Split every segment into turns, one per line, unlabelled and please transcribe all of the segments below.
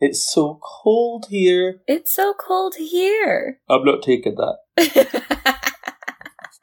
It's so cold here.
It's so cold here.
I'm not taking that.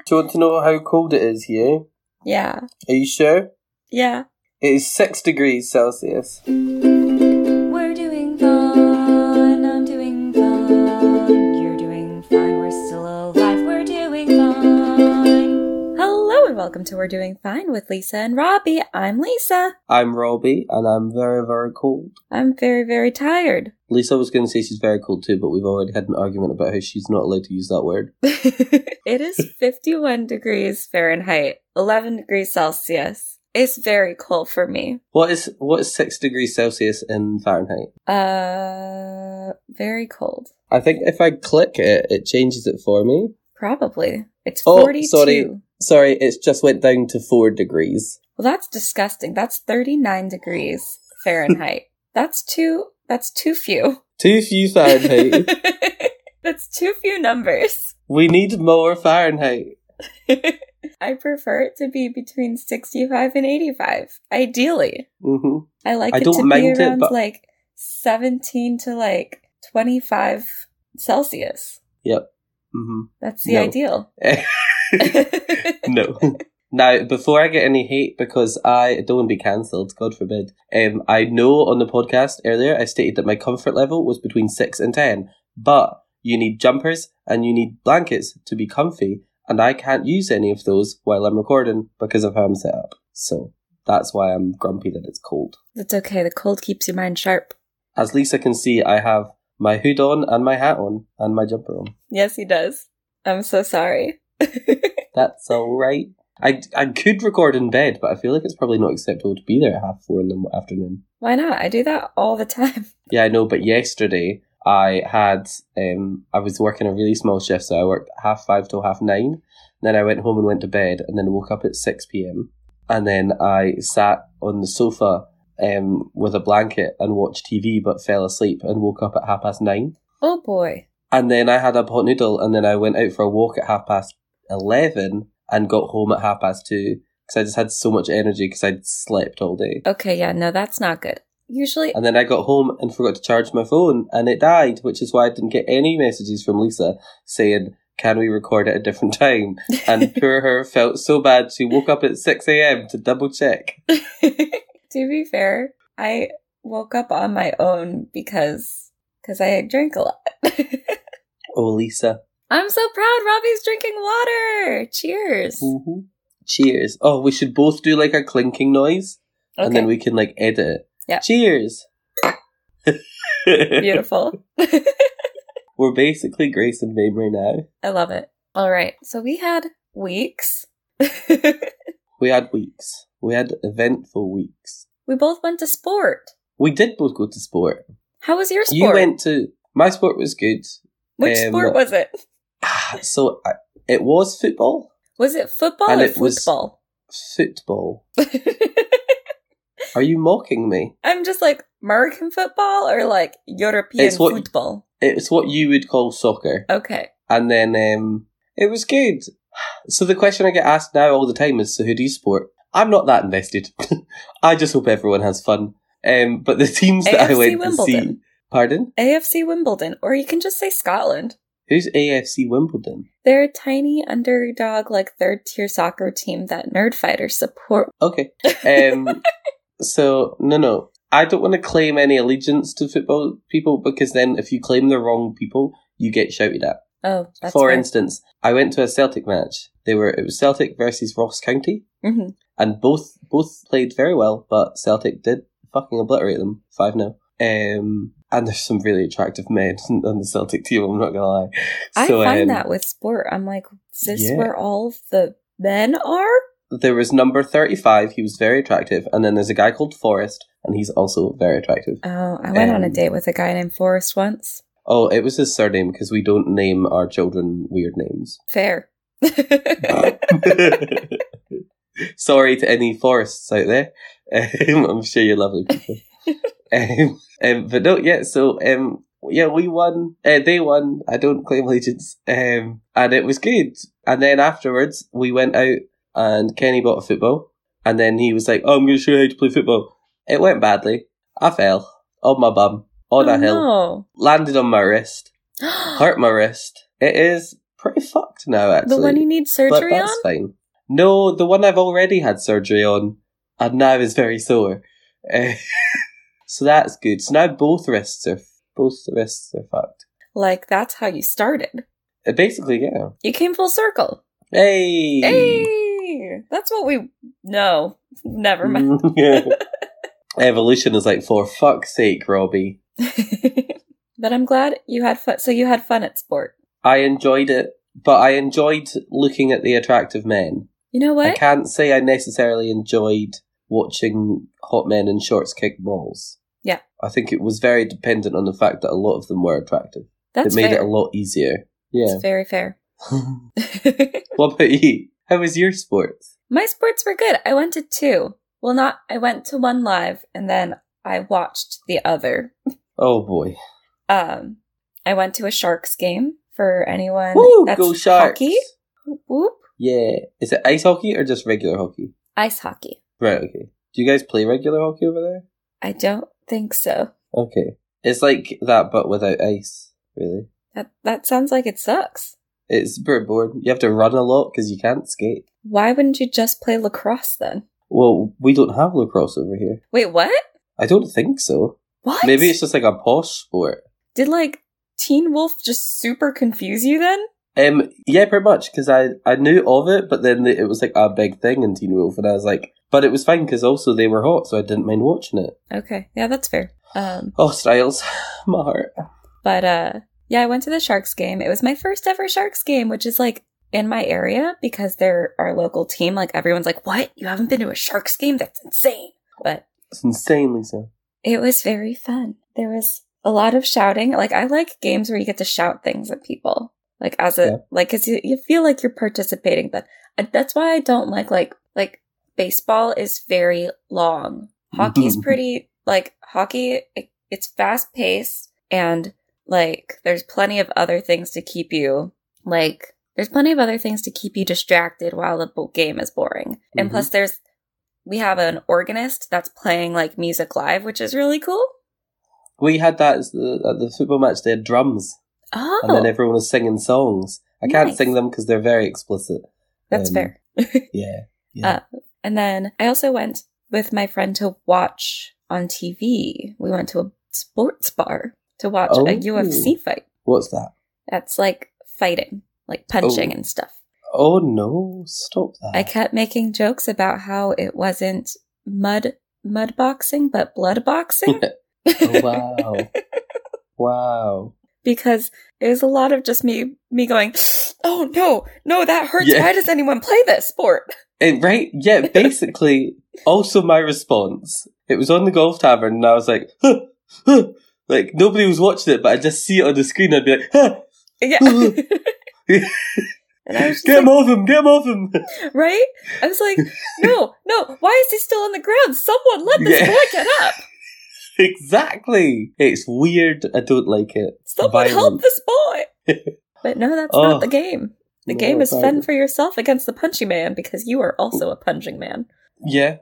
Do you want to know how cold it is here?
yeah.
Are you sure?
Yeah.
It is six degrees Celsius.
We're doing fun. I'm doing fun. You're doing fine. We're still alive. We're doing fine. Hello and welcome to We're Doing Fine with Lisa and Robbie. I'm Lisa.
I'm Robbie, and I'm very, very cold.
I'm very, very tired.
Lisa was going to say she's very cold too, but we've already had an argument about how she's not allowed to use that word.
it is 51 degrees Fahrenheit, 11 degrees Celsius. It's very cold for me.
What is what is six degrees Celsius in Fahrenheit?
Uh, very cold.
I think if I click it, it changes it for me.
Probably. It's
Oh,
42.
sorry. Sorry, it's just went down to four degrees.
Well, that's disgusting. That's 39 degrees Fahrenheit. that's too that's too few.
Too few Fahrenheit.
that's too few numbers.
we need more Fahrenheit.
I prefer it to be between 65 and 85, ideally.
hmm
I like
I
it
don't
to be
mind it,
around
but-
like 17 to like 25 Celsius.
hmm
That's the
No.
ideal.
no. Now, before I get any hate, because I don't want to be cancelled, God forbid, um, I know on the podcast earlier I stated that my comfort level was between 6 and 10, but you need jumpers and you need blankets to be comfy, and I can't use any of those while I'm recording because of how I'm set up. So that's why I'm grumpy that it's cold.
That's okay. The cold keeps your mind sharp.
As Lisa can see, I have my hood on and my hat on and my jumper on.
Yes, he does. I'm so sorry.
That's all right. I, I could record in bed, but I feel like it's probably not acceptable to be there at half four in the afternoon.
Why not? I do that all the time.
Yeah, I know. But yesterday I had um I was working a really small shift, so I worked half five till half nine. Then I went home and went to bed, and then woke up at six p.m. And then I sat on the sofa um with a blanket and watched TV, but fell asleep and woke up at half past nine.
Oh boy.
And then I had a hot noodle, and then I went out for a walk at half past eleven and got home at half past two because I just had so much energy because I'd slept all day.
Okay, yeah, no, that's not good. Usually,
And then I got home and forgot to charge my phone and it died, which is why I didn't get any messages from Lisa saying, Can we record at a different time? And poor her felt so bad she woke up at 6 a.m. to double check.
to be fair, I woke up on my own because because I drank a lot.
Oh, Lisa.
I'm so proud. Robbie's drinking water. Cheers.
hmm Cheers. Oh, we should both do like a clinking noise
Okay,
and then we can like edit it.
Yeah.
Cheers.
beautiful.
We're basically Grace and Mamrie now.
I love it. All right, so we had weeks.
We had weeks. We had eventful weeks.
we both went to sport.
We did both go to sport.
How was your sport?
You went to my sport was good.
Which
um,
sport was it?
Ah, so I, it was football.
Was it football
and
or
it was-
football?
Football. Are you mocking me?
I'm just like American football or like European
It's what-
football.
It's what you would call soccer,
Okay.
and then um, it was good. So the question I get asked now all the time is, "So who do you support?" I'm not that invested. I just hope everyone has fun. Um, but the teams that I
AFC
went to see,
Wimbledon.
pardon,
AFC Wimbledon, or you can just say Scotland.
who's AFC Wimbledon?
They're a tiny underdog, like third tier soccer team that nerdfighters support.
Okay. Um, so no, no, I don't want to claim any allegiance to football people because then if you claim the wrong people, you get shouted at.
oh, that's
For
fair.
instance, I went to a Celtic match. They were it was Celtic versus Ross County,
Mhm.
and both both played very well, but Celtic did fucking obliterate them five 0 Um, and there's some really attractive men on the Celtic team. I'm not gonna lie.
I
So,
find
um,
that with sport, I'm like, is this
Yeah.
where all of the men are?
there was number thirty five. He was very attractive, and then there's a guy called Forrest, and he's also very attractive.
Oh, I went on a
Um,
date with a guy named Forrest once.
Oh, it was his surname because we don't name our children weird names.
Fair.
Sorry to any forests out there. Um, I'm sure you're lovely people. um, um, but no, yeah, so um, yeah, we won. Uh, they won. I don't claim allegiance. Um, and it was good. And then afterwards, we went out and Kenny bought a football. And then he was like, oh, I'm going to show you how to play football. It went badly. I fell on my bum. on a
Oh,
hill,
no.
landed on my wrist, hurt my wrist. It is pretty fucked now, actually.
the one you need
but
surgery on?
that's fine. No, the one I've already had surgery on, and now is very sore. Eh, so that's good. So now both wrists are both wrists are fucked.
Like, that's how you started.
Uh, Basically, yeah.
You came full circle.
Hey.
Hey! That's what we. No. Never mind.
Yeah. Evolution is like for fuck's sake, Robbie.
but I'm glad you had fun. So you had fun at sport.
I enjoyed it, but I enjoyed looking at the attractive men.
You know
I
what?
can't say I necessarily enjoyed watching hot men in shorts kick balls.
Yeah.
I think it was very dependent on the fact that a lot of them were attractive.
That's
it made
fair.
it a lot easier. Yeah.
It's very fair.
what about you? How was your sports?
My sports were good. I went to two. Well, not. I went to one live and then I watched the other.
Oh boy.
Um, I went to a Sharks game for anyone.
Woo!
that's
Go Sharks!
Hockey. Whoop, Whoop.
Yeah. Is it ice hockey or just regular hockey?
Ice hockey.
Right, okay. Do you guys play regular hockey over there?
I don't think so.
Okay. It's like that but without ice, really.
That that sounds like it sucks.
It's pretty boring. You have to run a lot because you can't skate.
Why wouldn't you just play lacrosse then?
Well, we don't have lacrosse over here.
Wait, what?
I don't think so.
What?
Maybe it's just like a posh sport.
Did like Teen Wolf just super confuse you then?
Um, yeah, pretty much because I I knew of it, but then it was like a big thing in Teen Wolf, and I was like, but it was fine because also they were hot, so I didn't mind watching it.
Okay, yeah, that's fair. Um,
Oh, Styles, my heart.
but uh, yeah, I went to the Sharks game. It was my first ever Sharks game, which is like in my area because they're our local team. Like everyone's like, "What? You haven't been to a Sharks game? That's insane!" But
It's insanely so.
it was very fun. There was a lot of shouting. Like I like games where you get to shout things at people. Like as a
Yeah.
like, cause you, you feel like you're participating, but I- that's why I don't like like like baseball is very long. Hockey's
Mhm.
pretty like hockey. It, it's fast paced and like there's plenty of other things to keep you like there's plenty of other things to keep you distracted while the bo- game is boring. And
Mhm.
plus, there's we have an organist that's playing like music live, which is really cool.
We had that as the, at the football match. They had drums,
Oh,
and then everyone was singing songs. I can't
Nice.
sing them because they're very explicit.
that's
um,
fair.
Yeah.
And then I also went with my friend to watch on TV. We went to a sports bar to watch
Oh.
a UFC fight.
What's that?
That's like fighting, like punching
Oh.
and stuff.
Oh no! Stop that.
I kept making jokes about how it wasn't mud mud boxing, but blood boxing.
Oh, wow. wow.
because it was a lot of just me me going, "Oh no, no, that hurts.
Yeah.
Why does anyone play this sport?"
It, right? Yeah, basically, also my response. It was on the golf tavern, and I was like, huh, huh. like nobody was watching it, but I just see it on the screen. I'd be like, huh,
Yeah. and I was just
get him
like,
off him, get him off him.
right? I was like, "No, no, why is he still on the ground? Someone let this
Yeah.
boy get up.
exactly. It's weird. I don't like it.
Someone help
Violent.
this boy." But no, that's
Oh.
not the game. The
No,
game is fun
violent.
for yourself against the punching man because you are also a punching man.
Yeah,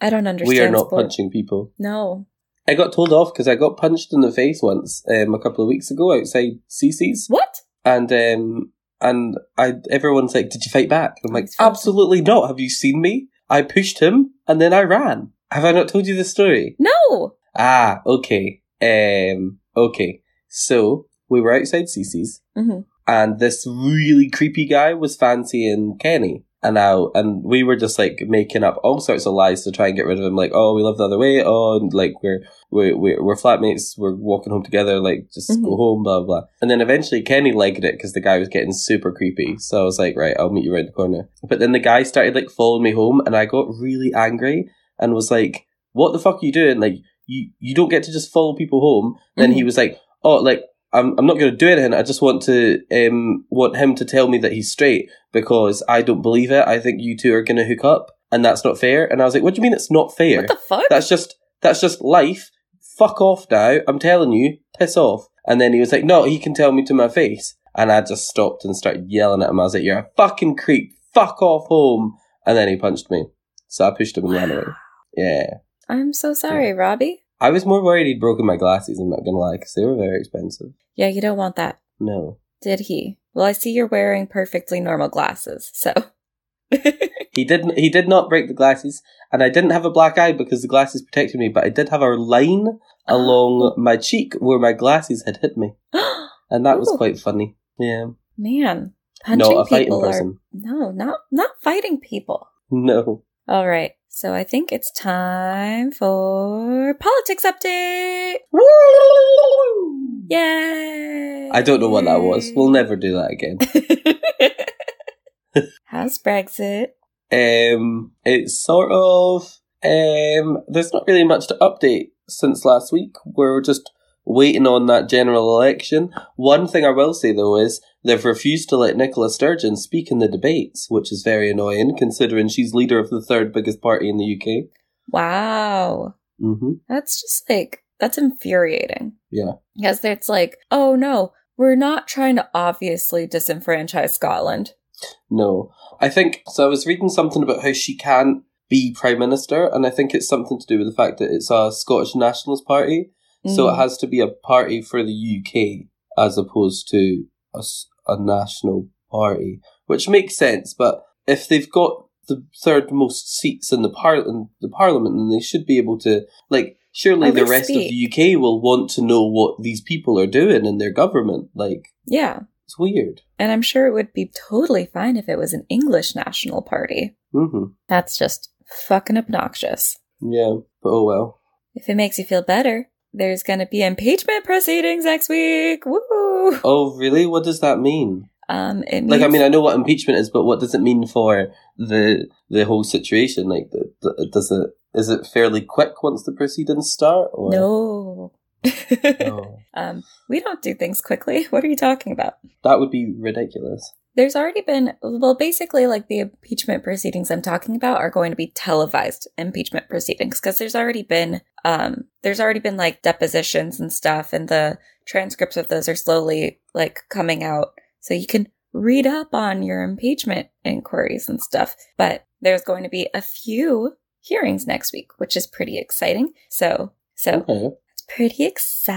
I don't understand.
we are not
sport.
punching people.
No.
I got told off because I got punched in the face once um, a couple of weeks ago outside CC's.
What?
and um and I everyone's like, "Did you fight back?" And I'm like,
It's fine.
"Absolutely not. Have you seen me? I pushed him and then I ran. Have I not told you the story?"
No.
Ah, okay. Um, okay. So we were outside Cece's,
Mhm.
and this really creepy guy was fancying Kenny. And now, and we were just like making up all sorts of lies to try and get rid of him. Like, oh, we love the other way. Oh, and like we're we're we're, we're flatmates. We're walking home together. Like, just
Mhm.
go home. Blah blah. And then eventually, Kenny liked it because the guy was getting super creepy. So I was like, right, I'll meet you around the corner. But then the guy started like following me home, and I got really angry and was like, "What the fuck are you doing? Like, you you don't get to just follow people home." Then
Mm.
he was like, "Oh, like I'm I'm not going to do anything. I just want to um want him to tell me that he's straight because I don't believe it. I think you two are going to hook up, and that's not fair." And I was like, "What do you mean it's not fair?
What the fuck?
that's just that's just life. Fuck off now. I'm telling you, piss off." And then he was like, "No, he can tell me to my face." And I just stopped and started yelling at him. I was like, "You're a fucking creep. Fuck off home." And then he punched me. So I pushed him and ran away. Yeah.
I'm so sorry, Robbie.
I was more worried he'd broken my glasses, I'm not gonna lie, because they were very expensive.
Yeah, you don't want that.
No.
Did he? Well, I see you're wearing perfectly normal glasses, so.
He didn't he did not break the glasses, and I didn't have a black eye because the glasses protected me, but I did have a line along my cheek where my glasses had hit me. And that was
Ooh.
quite funny. Yeah.
Man, punching
Not a fighting
people are.
person.
No, not, not fighting people.
No.
All right, so I think it's time for politics update. Yay!
I don't know what that was. We'll never do that again.
How's Brexit?
Um, it's sort of um. There's not really much to update since last week. We're just waiting on that general election. One thing I will say though is they've refused to let Nicola Sturgeon speak in the debates, which is very annoying considering she's leader of the third biggest party in the UK.
Wow.
hmm
That's just like, that's infuriating.
Yeah.
Because it's like, oh no, we're not trying to obviously disenfranchise Scotland.
No, I think so. I was reading something about how she can't be prime minister, and I think it's something to do with the fact that it's a Scottish Nationalist Party. So it
Mm.
has to be a party for the UK as opposed to a, s- a national party, which makes sense. But if they've got the third most seats in the par- in the parliament, then they should be able to like. Surely
At
the
least
rest of the UK will want to know what these people are doing in their government. Like
yeah.
it's weird.
And I'm sure it would be totally fine if it was an English national party.
Mm-hmm.
That's just fucking obnoxious.
Yeah, but oh well.
If it makes you feel better, there's gonna be impeachment proceedings next week. Woo!
Oh really? What does that mean?
Um, it
Like I
means-
mean, I know what impeachment is, but what does it mean for the the whole situation? Like, the, the, does it is it fairly quick once the proceedings start? Or? Oh,
no.
No.
um, we don't do things quickly. What are you talking about?
that would be ridiculous.
There's already been, well, basically, like the impeachment proceedings I'm talking about are going to be televised impeachment proceedings because there's already been, um, there's already been like depositions and stuff, and the transcripts of those are slowly like coming out. So you can read up on your impeachment inquiries and stuff. But there's going to be a few hearings next week, which is pretty exciting. So, so
Okay.
it's pretty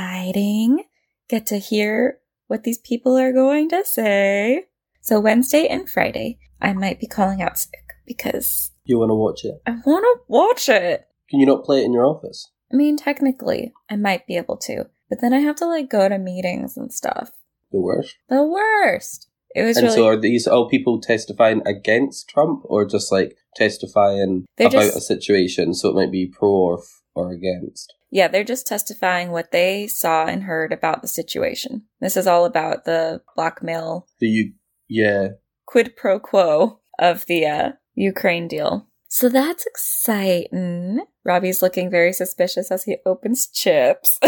exciting. Get to hear what these people are going to say. So, Wednesday and Friday, I might be calling out sick because
You want to watch it?
I want to watch it.
Can you not play it in your office?
I mean, technically, I might be able to, but then I have to like go to meetings and stuff.
The worst.
The worst. It was
And
really.
so, are these all people testifying against Trump, or just like testifying
They're
about
just-
a situation? So it might be pro or f- or against.
yeah, they're just testifying what they saw and heard about the situation. This is all about the blackmail
Do you? Yeah.
quid pro quo of the uh, Ukraine deal. So that's exciting. Robbie's looking very suspicious as he opens chips.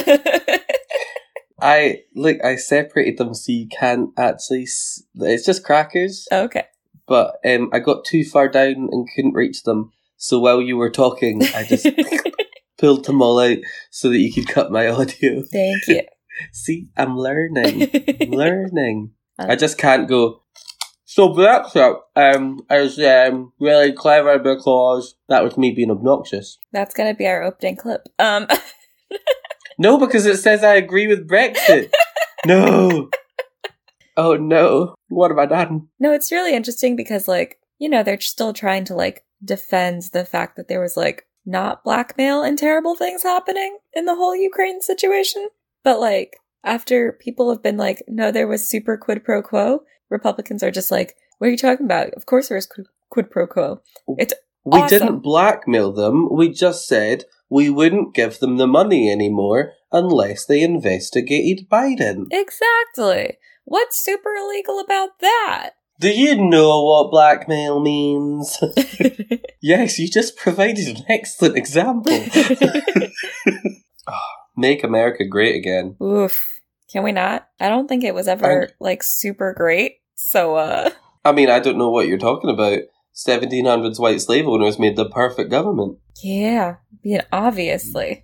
I like. I separated them so you can't actually. S- it's just crackers.
okay.
but um, I got too far down and couldn't reach them. So while you were talking, I just pulled them all out so that you could cut my audio.
Thank you.
See, I'm learning, I'm learning. I just can't go. So Brexit um, is um, really clever because that was me being obnoxious.
That's gonna be our opening clip. Um,
No, because it says I agree with Brexit. no. Oh no! What have I done?
no, it's really interesting because, like, you know, they're still trying to like defend the fact that there was like not blackmail and terrible things happening in the whole Ukraine situation, but like after people have been like, no, there was super quid pro quo, Republicans are just like, what are you talking about? Of course there was quid, quid pro quo.
We
Awesome.
didn't blackmail them. We just said we wouldn't give them the money anymore unless they investigated Biden.
Exactly. What's super illegal about that?
Do you know what blackmail means? yes, you just provided an excellent example. Make America great again.
Oof. Can we not? I don't think it was ever
Thank-
like super great. So, uh,
I mean, I don't know what you're talking about. 1700s white slave owners made the perfect government.
yeah, being obviously.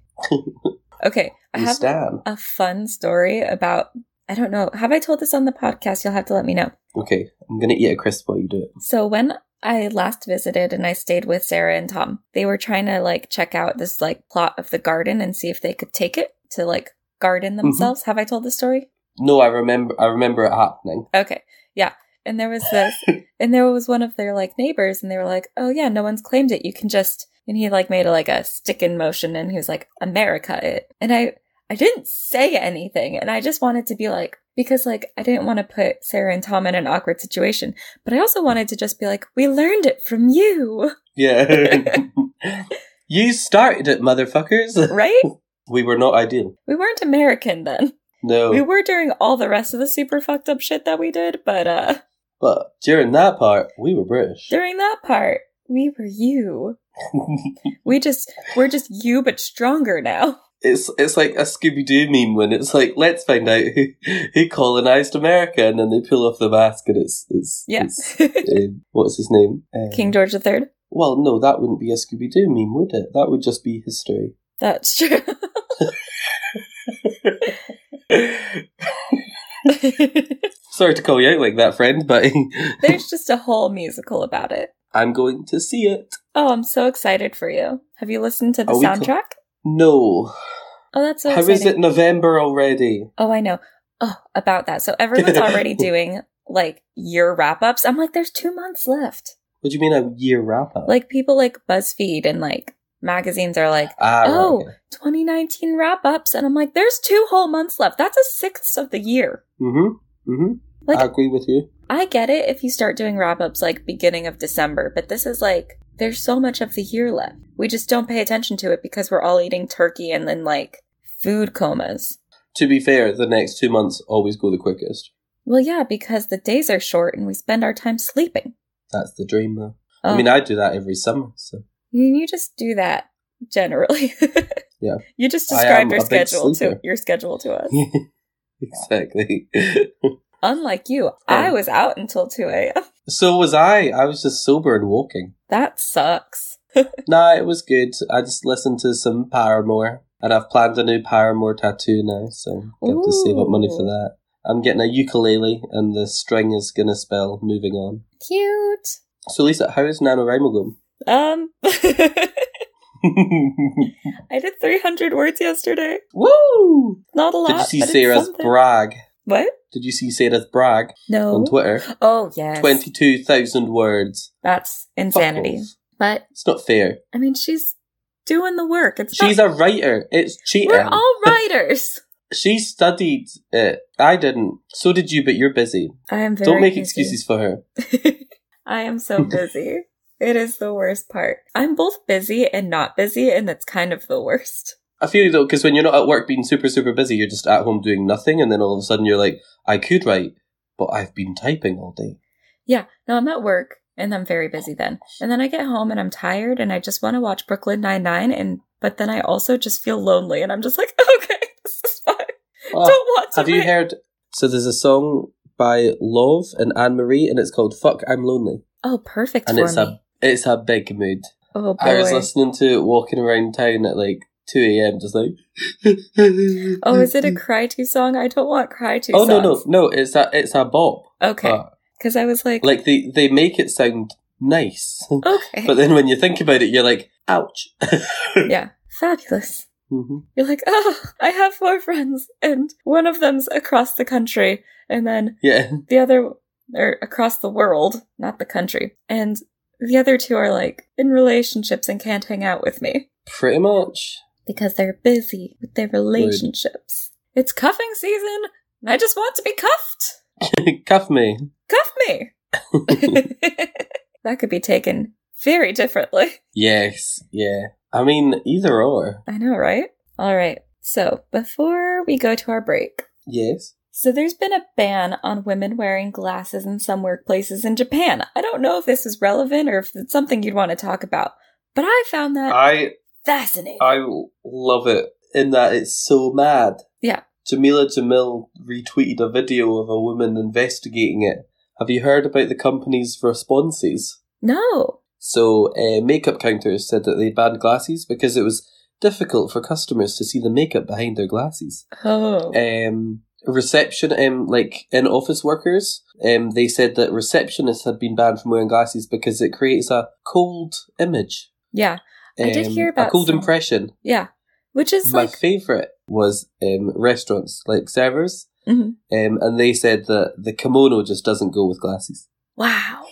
Okay, I
You
have
stand.
a fun story about I don't know. Have I told this on the podcast? You'll have to let me know.
Okay, I'm gonna eat a crisp while you do it.
So when I last visited and I stayed with Sarah and Tom, they were trying to like check out this like plot of the garden and see if they could take it to like garden themselves. Have I told the story?
No, I remember. I remember it happening.
Okay. Yeah. And there was this, and there was one of their like neighbors, and they were like, "Oh yeah, no one's claimed it. You can just." And he like made a, like a stick in motion, and he was like, "America it." And I, I didn't say anything, and I just wanted to be like, because like I didn't want to put Sarah and Tom in an awkward situation, but I also wanted to just be like, "We learned it from you,
Yeah. you started it, motherfuckers.
right?
We were not ideal.
we weren't American then.
No,
We were during all the rest of the super fucked up shit that we did, but uh,
but during that part, we were British.
during that part, we were you." We just we're just you but stronger now.
it's it's like a Scooby Doo meme when it's like, let's find out who who colonized America, and then they pull off the mask, and it's it's
Yeah.
it's, um, what's his name? Um,
King George III.
Well, no, that wouldn't be a Scooby Doo meme, would it? That would just be history.
That's true.
Sorry to call you out like that, friend, but
There's just a whole musical about it.
I'm going to see it.
Oh, I'm so excited for you. Have you listened to the
Are Oh, we co-
soundtrack?
No,
oh, that's so
how
exciting.
is it November already?
Oh, I know. Oh, about that. So everyone's already doing like year wrap ups. I'm like, there's two months left.
What do you mean a year wrap up?
Like people like BuzzFeed and like magazines are like
ah, right,
oh.
okay.
2019 wrap ups, and I'm like, there's two whole months left. That's a sixth of the year.
mm-hmm, mm-hmm.
Like-
I agree with you.
I get it if you start doing wrap ups like beginning of December, but this is like there's so much of the year left. We just don't pay attention to it because we're all eating turkey and then like food comas.
To be fair, the next two months always go the quickest.
Well, yeah, because the days are short and we spend our time sleeping.
That's the dream, though.
Oh,
I mean, I do that every summer. So
you you just do that generally.
Yeah.
You just
I am
described your
a big
schedule to
sleeper.
your schedule to us.
exactly.
Unlike you,
Yeah.
I was out until 2 a.m.
so was I. I was just sober and walking.
That sucks.
Nah, it was good. I just listened to some Paramore, and I've planned a new Paramore tattoo now. So I have to save up money for
Ooh.
that. I'm getting a ukulele, and the string is gonna spell "moving on."
Cute.
So Lisa, how is NaNoWriMo going?
Um, I did 300 words yesterday.
Woo!
Not a lot.
Did you see
but it's
Sarah's
something.
brag?
What?
Did you see Sarah's brag on
No.
Twitter?
Oh, yes.
Twenty-two thousand words.
That's
Fuck
insanity.
off.
But,
It's not fair.
I mean, she's doing the work. It's
She's
not-
a writer. It's cheating.
We're all writers.
she studied it. I didn't. So did you, but you're busy.
I am very
Don't make
busy.
excuses for her.
I am so busy. it is the worst part. I'm both busy and not busy, and it's kind of the worst.
I feel you though, because when you're not at work being super, super busy, you're just at home doing nothing, and then all of a sudden you're like, I could write, but I've been typing all day.
Yeah, no, I'm at work and I'm
Oh
very busy then. And then I get home and I'm tired and I just want to watch Brooklyn Nine Nine and but then I also just feel lonely and I'm just like, okay, this is fine.
Oh,
Don't want to
have you
write.
heard? So there's a song by Love and Anne Marie, and it's called "Fuck I'm Lonely,"
Oh, perfect
and
for
it's
me.
a it's a big mood.
oh boy.
I was listening to it walking around town at like two a.m. Just like.
oh, is it a cry to song? I don't want cry to
Mm-hmm. Oh
songs.
no no no! It's a it's a bop.
no. Okay.
Uh,
Cuz I was like,
like they they make it sound nice,
okay.
but then when you think about it, you're like, ouch.
yeah. Fabulous.
hmm
You're like, oh, I have four friends, and one of them's across the country, and then
Yeah.
the other or across the world, not the country. And the other two are like in relationships and can't hang out with me
Pretty much.
because they're busy with their relationships. It's cuffing season, and I just want to be cuffed.
Cuff me.
Cuff me. that could be taken very differently.
Yes. Yeah. I mean, either or.
I know, right? All right. So, before we go to our break,
Yes.
So there's been a ban on women wearing glasses in some workplaces in Japan. I don't know if this is relevant or if it's something you'd want to talk about, but I found that
I
fascinating.
I love it in that it's so mad.
Yeah.
Jamila Jamil retweeted a video of a woman investigating it. Have you heard about the company's responses?
no.
So, uh, makeup counters said that they banned glasses because it was difficult for customers to see the makeup behind their glasses.
Oh.
Um, reception, um, like in office workers, um, they said that receptionists had been banned from wearing glasses because it creates a cold image.
Yeah. I did
um,
hear about
a cold
some-
impression.
Yeah. Which is
My
like
favorite was um, restaurants, like servers,
Mhm.
um, and they said that the kimono just doesn't go with glasses.
wow.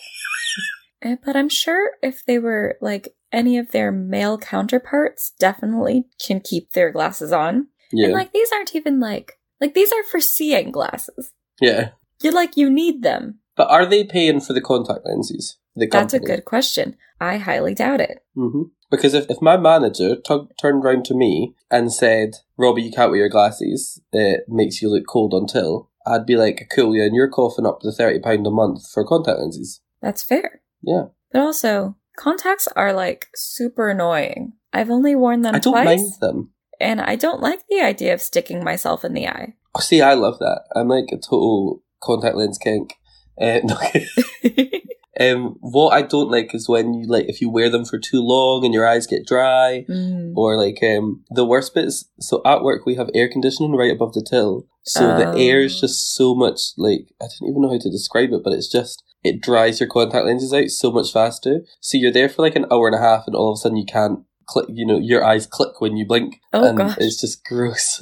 Eh, but I'm sure if they were like any of their male counterparts definitely can keep their glasses on.
Yeah,
And like these aren't even like like these are for seeing glasses.
yeah.
You're like you need them.
But are they paying for the contact lenses? The
That's a
company?
good question. I highly doubt it.
hmm Because if, if my manager tu- turned round to me and said, Robbie, you can't wear your glasses, it makes you look cold until, I'd be like, cool, yeah, and you're coughing up the £30 a month for contact lenses.
That's fair.
Yeah.
But also, contacts are like super annoying. I've only worn them
I don't
twice,
mind them.
and I don't like the idea of sticking myself in the eye.
Oh, see, I love that. I'm like a total contact lens kink. Uh, no, um, what I don't like is when you like if you wear them for too long and your eyes get dry,
Mm.
or like um the worst bits. So at work we have air conditioning right above the till, so
Oh.
the air is just so much like I don't even know how to describe it, but it's just it dries your contact lenses out so much faster. So you're there for like an hour and a half, and all of a sudden you can't click. You know your eyes click when you blink,
Oh,
and
gosh.
it's just gross.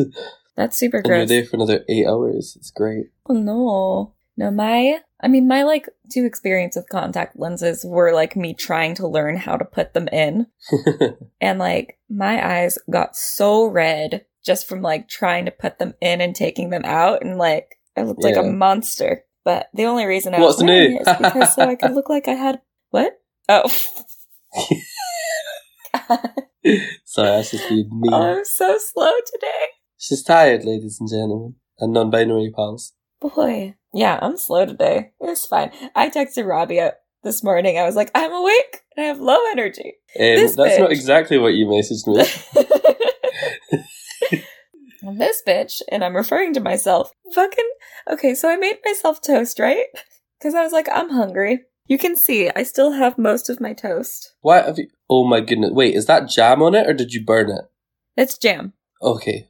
That's super
and you're
gross.
there for another eight hours. It's great.
Oh no. No, my I mean my like two experience with contact lenses were like me trying to learn how to put them in. And like my eyes got so red just from like trying to put them in and taking them out and like I looked like a
Yeah.
monster. But the only reason I
What's
was wearing
new?
it is because so I could look like I had what? Oh,
Sorry, that's just being mean.
I'm so slow today.
She's tired, ladies and gentlemen, and non-binary pals.
Boy. Yeah, I'm slow today. It's fine. I texted Robbie uh, this morning. I was like, I'm awake and I have low energy.
Um,
This
that's not
bitch.
exactly what you messaged me.
this bitch, and I'm referring to myself, fucking. Okay, so I made myself toast, right? Because I was like, I'm hungry. You can see I still have most of my toast.
What have you? Oh my goodness! Wait, is that jam on it or did you burn it?
It's jam.
Okay.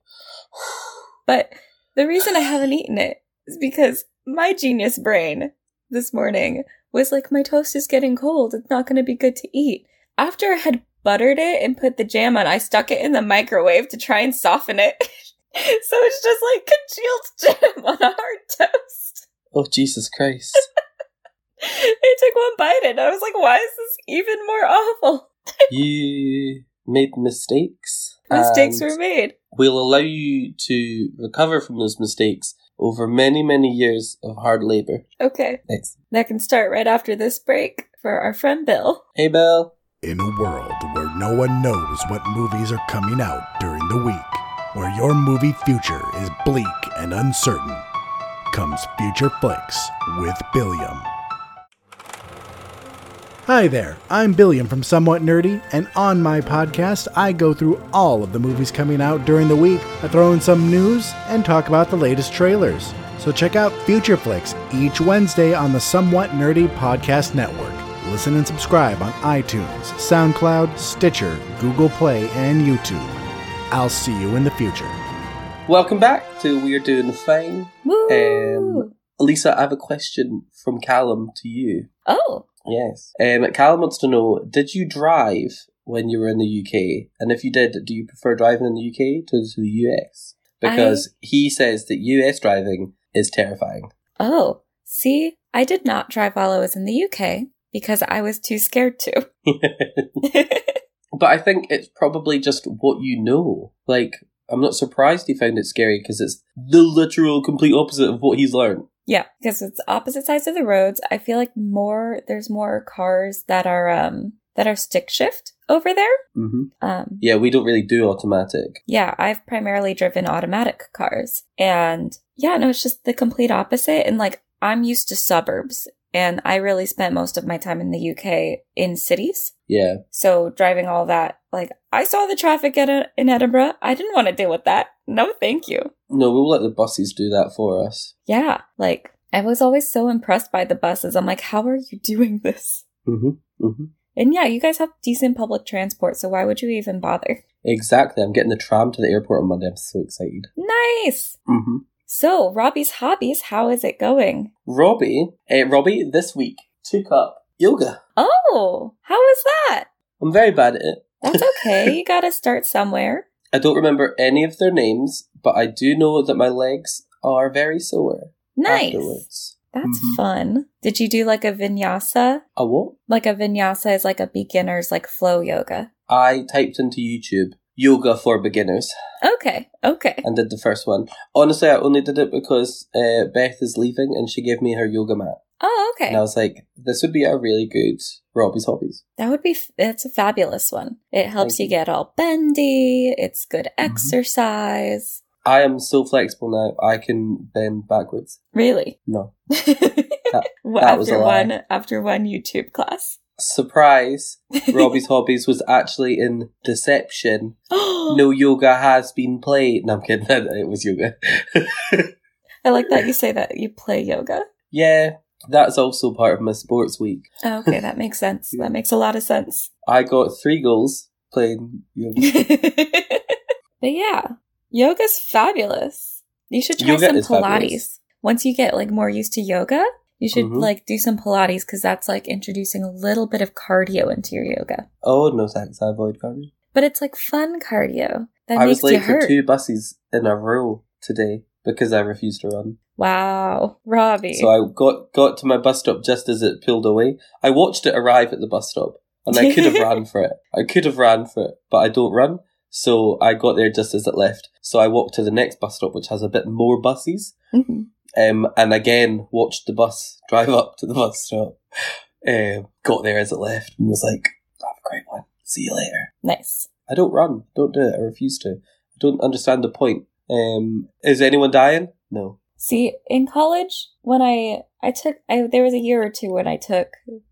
But the reason I haven't eaten it is because my genius brain this morning was like, my toast is getting cold. It's not going to be good to eat. After I had buttered it and put the jam on, I stuck it in the microwave to try and soften it. so it's just like congealed jam on a hard toast.
Oh Jesus Christ!
I took one bite and I was like, why is this even more awful?
you made mistakes.
Mistakes
and
were made.
We'll allow you to recover from those mistakes over many, many years of hard labor.
Okay.
Thanks.
That can start right after this break for our friend Bill.
Hey, Belle.
In a world where no one knows what movies are coming out during the week, where your movie future is bleak and uncertain, comes Future Flicks with Billiam. Hi there, I'm Billiam from Somewhat Nerdy, and on my podcast, I go through all of the movies coming out during the week. I throw in some news and talk about the latest trailers. So check out Future Flicks each Wednesday on the Somewhat Nerdy Podcast Network. Listen and subscribe on iTunes, SoundCloud, Stitcher, Google Play, and YouTube. I'll see you in the future.
Welcome back to We're Doing Fine. Um,
Woo!
Lisa, I have a question from Callum to you.
oh,
Yes. Um, Callum wants to know Did you drive when you were in the UK? And if you did, do you prefer driving in the UK to, to the US? Because he says that US driving is terrifying.
Oh, see, I did not drive while I was in the UK because I was too scared to.
But I think it's probably just what you know. Like, I'm not surprised he found it scary because it's the literal complete opposite of what he's learned.
yeah, because it's opposite sides of the roads. I feel like more there's more cars that are um that are stick shift over there.
Mm-hmm.
Um
Yeah, we don't really do automatic.
yeah, I've primarily driven automatic cars. And yeah, no, it's just the complete opposite. And like, I'm used to suburbs and I really spent most of my time in the UK in cities.
Yeah.
So driving all that, like I saw the traffic at in Edinburgh. I didn't want to deal with that. No, thank you.
No, we'll let the buses do that for us.
Yeah, like I was always so impressed by the buses. I'm like, how are you doing this?
Mm-hmm. Mm-hmm.
And yeah, you guys have decent public transport, so why would you even bother?
Exactly. I'm getting the tram to the airport on Monday. I'm so excited.
Nice.
Mm-hmm.
So, Robbie's hobbies, how is it going?
Robbie, eh, Robbie this week took up yoga.
Oh, how was that?
I'm very bad at it.
That's okay. you gotta start somewhere.
I don't remember any of their names, but I do know that my legs are very sore
Nice.
afterwards.
That's
Mhm.
fun. Did you do like a vinyasa?
A what?
Like a vinyasa is like a beginner's like flow yoga.
I typed into YouTube yoga for beginners
Okay, okay.
and did the first one. Honestly, I only did it because uh, Beth is leaving and she gave me her yoga mat.
Oh, okay.
And I was like, this would be a really good Robbie's Hobbies.
That would be, f- it's a fabulous one. It helps
Thank
you get all bendy. It's good
Mm-hmm.
exercise.
I am so flexible now, I can bend backwards.
Really?
No.
Well,
that was a
after
lie.
one, after one YouTube class.
Surprise! Robbie's Hobbies was actually in Deception. No yoga has been played. No, I'm kidding. It was yoga.
I like that you say that you play yoga.
Yeah, that's also part of my sports week.
Oh, okay, that makes sense. That makes a lot of sense.
I got three goals playing yoga.
but yeah, yoga's fabulous. You should try
Yoga
some
is
Pilates.
fabulous.
Once you get like more used to yoga, you should
Mhm.
like do some Pilates because that's like introducing a little bit of cardio into your yoga.
Oh, no thanks. I avoid cardio.
But it's like fun cardio that
I
makes
was
you
late for
hurt.
two buses in a row today because I refused to run.
wow, Robbie.
So I got got to my bus stop just as it peeled away. I watched it arrive at the bus stop, and I could have ran for it. I could have ran for it, but I don't run. So I got there just as it left. So I walked to the next bus stop, which has a bit more buses,
Mhm.
um, and again watched the bus drive up to the bus stop. Um, got there as it left, and was like, "Have a great one. See you later."
Nice.
I don't run. Don't do it. I refuse to. I don't understand the point. Um, is anyone dying? No.
See, in college, when I I took I there was a year or two when I took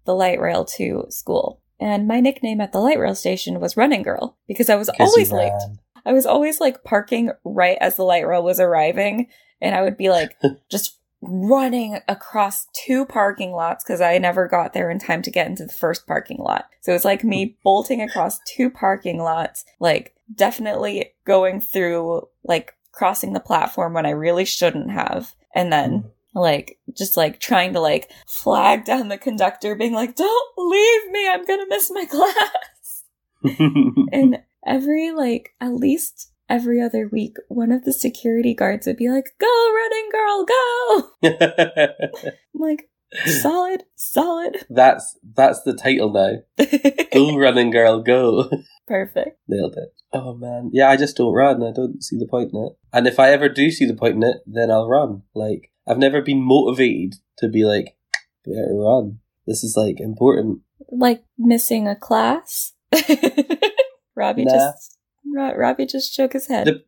the light rail to school, and my nickname at the light rail station was Running Girl because I was
'Cause
always
you
late.
ran.
I was always like parking right as the light rail was arriving, and I would be like just running across two parking lots because I never got there in time to get into the first parking lot. So it was like me bolting across two parking lots, like definitely going through, like crossing the platform when I really shouldn't have, and then like just like trying to like flag down the conductor being like don't leave me i'm gonna miss my class and every like at least every other week one of the security guards would be like go running girl go I'm like solid solid
that's that's the title now. Go running girl, go.
perfect
Nailed it. Oh man. Yeah, I just don't run. I don't see the point in it. And if I ever do see the point in it, then I'll run. Like I've never been motivated to be like, better run. This is like important.
like missing a class robbie
Nah.
just Ro- robbie just shook his head
The-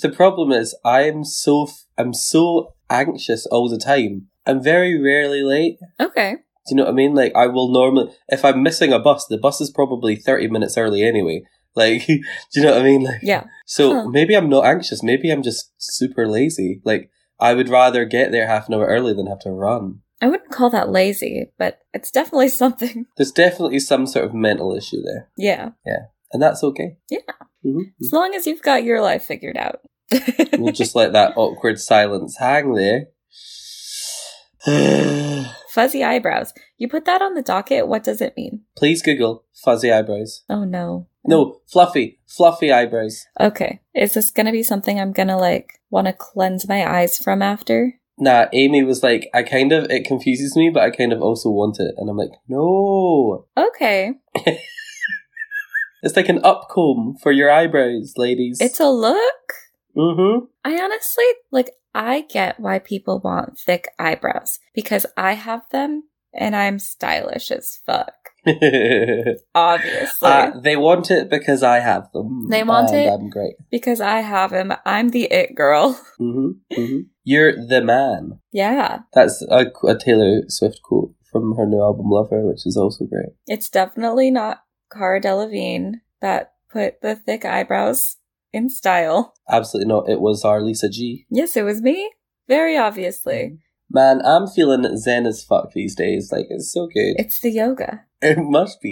the problem is I'm so f- I'm so anxious all the time. I'm very rarely late.
okay
Do you know what I mean? Like I will normally if I'm missing a bus, the bus is probably thirty minutes early anyway. Like, do you know what I mean? Like,
yeah
so
Huh.
maybe I'm not anxious. Maybe I'm just super lazy. Like I would rather get there half an hour early than have to run.
i wouldn't call that lazy but it's definitely something
There's definitely some sort of mental issue there,
yeah
and that's okay.
Yeah.
hmm
as long as you've got your life figured out
we'll just let that awkward silence hang there.
fuzzy eyebrows you put that on the docket what does it mean
Please Google fuzzy eyebrows.
oh no
No, fluffy, fluffy eyebrows.
Okay. Is this going to be something I'm going to like want to cleanse my eyes from after?
Nah, Amy was like, I kind of, it confuses me, but I kind of also want it. And I'm like, no.
Okay.
It's like an upcomb for your eyebrows, ladies.
It's a look.
Mm-hmm.
I honestly like I get why people want thick eyebrows because I have them and I'm stylish as fuck. Obviously.
uh, they want it because I have them.
They want
and
it?
I'm great.
because I have them. I'm the it girl.
hmm hmm You're the man.
yeah.
That's a, a Taylor Swift quote from her new album Lover, which is also great.
It's definitely not Cara Delevingne that put the thick eyebrows in style.
Absolutely not. It was our Lisa G.
Yes, it was me. Very obviously.
Man, I'm feeling zen as fuck these days. Like it's so good.
It's the yoga.
It must be.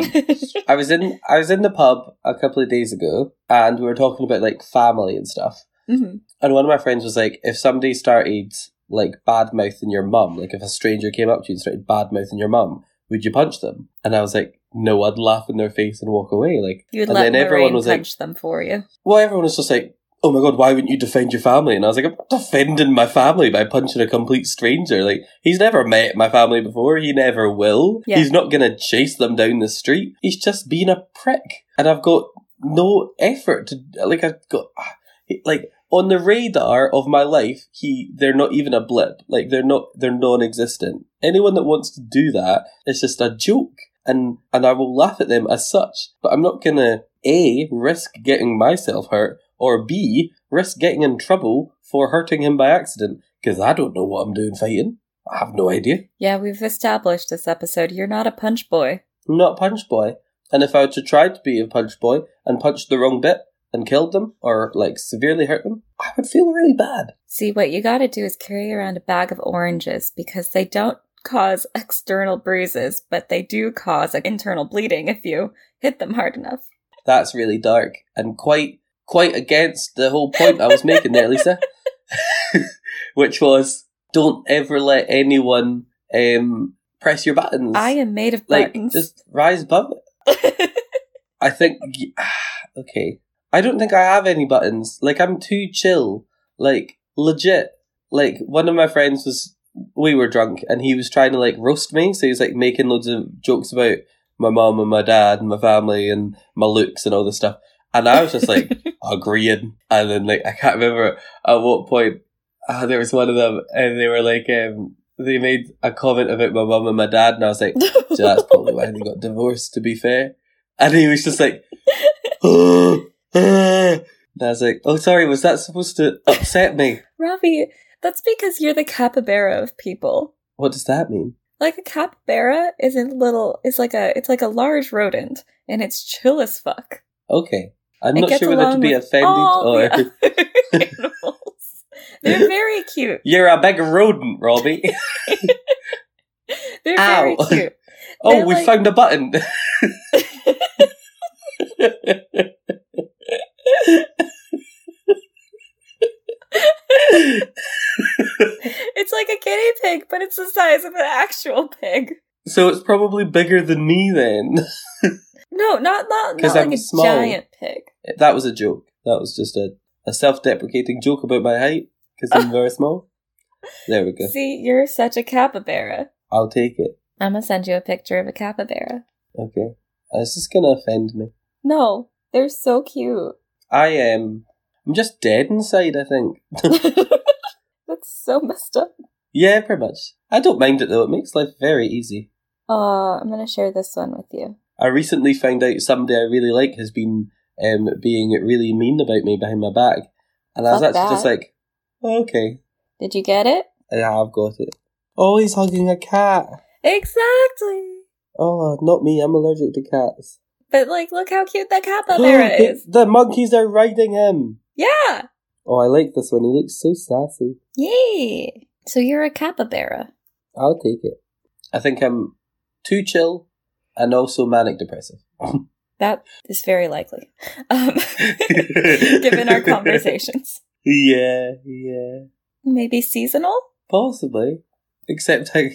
I was in I was in the pub a couple of days ago, and we were talking about like family and stuff.
hmm
And one of my friends was like, if somebody started like bad mouthing your mum, like if a stranger came up to you and started bad mouthing your mum, would you punch them? And I was like, no, I'd laugh in their face and walk away. Like,
You would
and
let
then everyone
Lorraine
was like,
punch them for you.
well, everyone was just like, oh my god, why wouldn't you defend your family? And I was like, I'm not defending my family by punching a complete stranger. Like, he's never met my family before. He never will.
Yeah.
He's not going to chase them down the street. He's just being a prick. And I've got no effort to, like, I've got, like, on the radar of my life, he they're not even a blip. Like they're not they're non-existent. Anyone that wants to do that is just a joke, and and I will laugh at them as such. But I'm not gonna a risk getting myself hurt, or b risk getting in trouble for hurting him by accident because I don't know what I'm doing fighting. I have no idea.
Yeah, we've established this episode. You're not a punch boy.
I'm not a punch boy, and if I were to try to be a punch boy and punch the wrong bit and killed them or like severely hurt them, I would feel really bad.
See, what you got to do is carry around a bag of oranges because they don't cause external bruises, but they do cause like, internal bleeding if you hit them hard enough.
that's really dark and quite quite against the whole point I was making there, Lisa. Which was don't ever let anyone um, press your buttons.
I am made of
like
buttons.
just rise above it. I think y- okay. I don't think I have any buttons. Like I'm too chill. Like legit. Like one of my friends was we were drunk and he was trying to like roast me, so he was like making loads of jokes about my mum and my dad and my family and my looks and all this stuff. And I was just like agreeing. And then like I can't remember at what point uh, there was one of them and they were like um they made a comment about my mum and my dad and I was like so that's probably why they got divorced, to be fair. And he was just like, and I was like, oh, sorry, was that supposed to upset me?
Ravi, that's because you're the capybara of people.
What does that mean?
Like a capybara is a little is like a it's like a large rodent and it's chill as fuck.
Okay. I'm
It
not
gets
sure whether to
along
be
with
offended
all
or.
the other animals. They're very cute.
You're a big rodent, Robbie.
They're very
Ow.
cute.
oh,
They're
we
like-
found a button.
It's like a guinea pig, but it's the size of an actual pig.
so it's probably bigger than me then.
No, not not,
'Cause
not like
I'm
a
small.
giant pig.
That was a joke. That was just a, a self deprecating joke about my height because I'm very small. There we go.
See, you're such a capybara.
I'll take it.
I'm gonna send you a picture of a capybara.
Okay. Uh, It's just gonna offend me.
No, they're so cute.
I am. I'm just dead inside, I think.
That's so messed up.
Yeah, pretty much. I don't mind it though, it makes life very easy.
Uh, I'm gonna share this one with you.
I recently found out somebody I really like has been um, being really mean about me behind my back. And I was
Fuck
actually just
that.
like, okay,
Did you get it?
yeah, I've got it. Oh, he's hugging a cat.
Exactly.
Oh, not me, I'm allergic to cats.
But like, look how cute that capybara is.
The monkeys are riding him.
Yeah.
Oh, I like this one. He looks so sassy.
Yay. So you're a capybara.
I'll take it. I think I'm too chill and also manic depressive.
That is very likely, um, given our conversations.
Yeah, yeah.
Maybe seasonal.
Possibly. Except I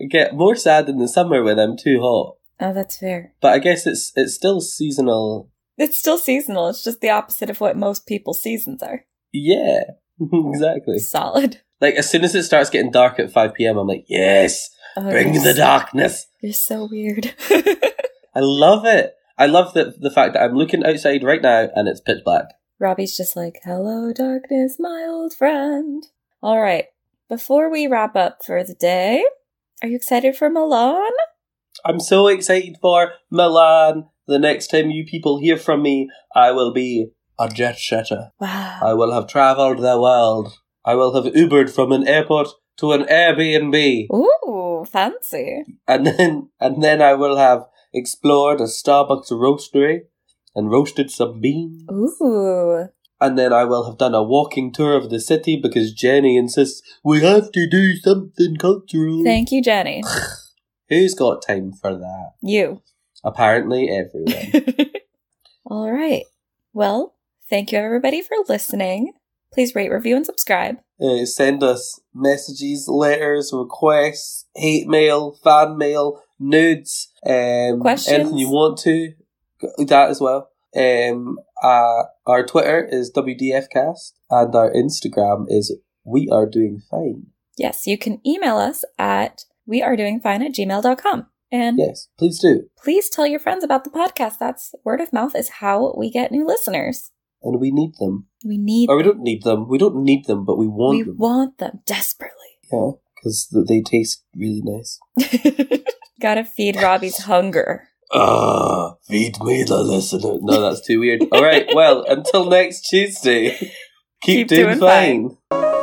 get more sad in the summer when I'm too hot.
Oh, that's fair.
But I guess it's it's still seasonal.
It's still seasonal. It's just the opposite of what most people's seasons are.
Yeah, exactly.
Solid.
Like as soon as it starts getting dark at five pm, I'm like, yes,
Oh,
bring
you're
the
s-
darkness.
You're so weird.
I love it. I love the the fact that I'm looking outside right now and it's pitch black.
Robbie's just like, hello, darkness, my old friend. All right. Before we wrap up for the day, are you excited for Milan?
I'm so excited for Milan. The next time you people hear from me, I will be a jet setter.
Wow.
I will have travelled the world. I will have Ubered from an airport to an Airbnb,
Ooh, fancy.
and then and then I will have explored a Starbucks roastery and roasted some beans,
Ooh.
and then I will have done a walking tour of the city because Jenny insists we have to do something cultural.
Thank you, Jenny.
Who's got time for that?
You.
Apparently, everyone.
All right. Well, thank you everybody for listening. Please rate, review, and subscribe.
Uh, send us messages, letters, requests, hate mail, fan mail, nudes, um,
Questions?
anything you want to. That as well. Um, uh, our Twitter is WDFcast, and our Instagram is We Are Doing Fine.
Yes, you can email us at wearedoingfine at gmail.com. And
Yes, please do.
please tell your friends about the podcast. That's word of mouth is how we get new listeners.
And we need them.
We need
Or we don't need them. We don't need them, but we want
we
them.
want them desperately.
yeah, because they taste really nice.
Gotta feed Robbie's hunger.
Ah, feed me the listener. No, that's too weird. All right, well, until next Tuesday, keep,
Keep
doing,
doing
fine.
fine.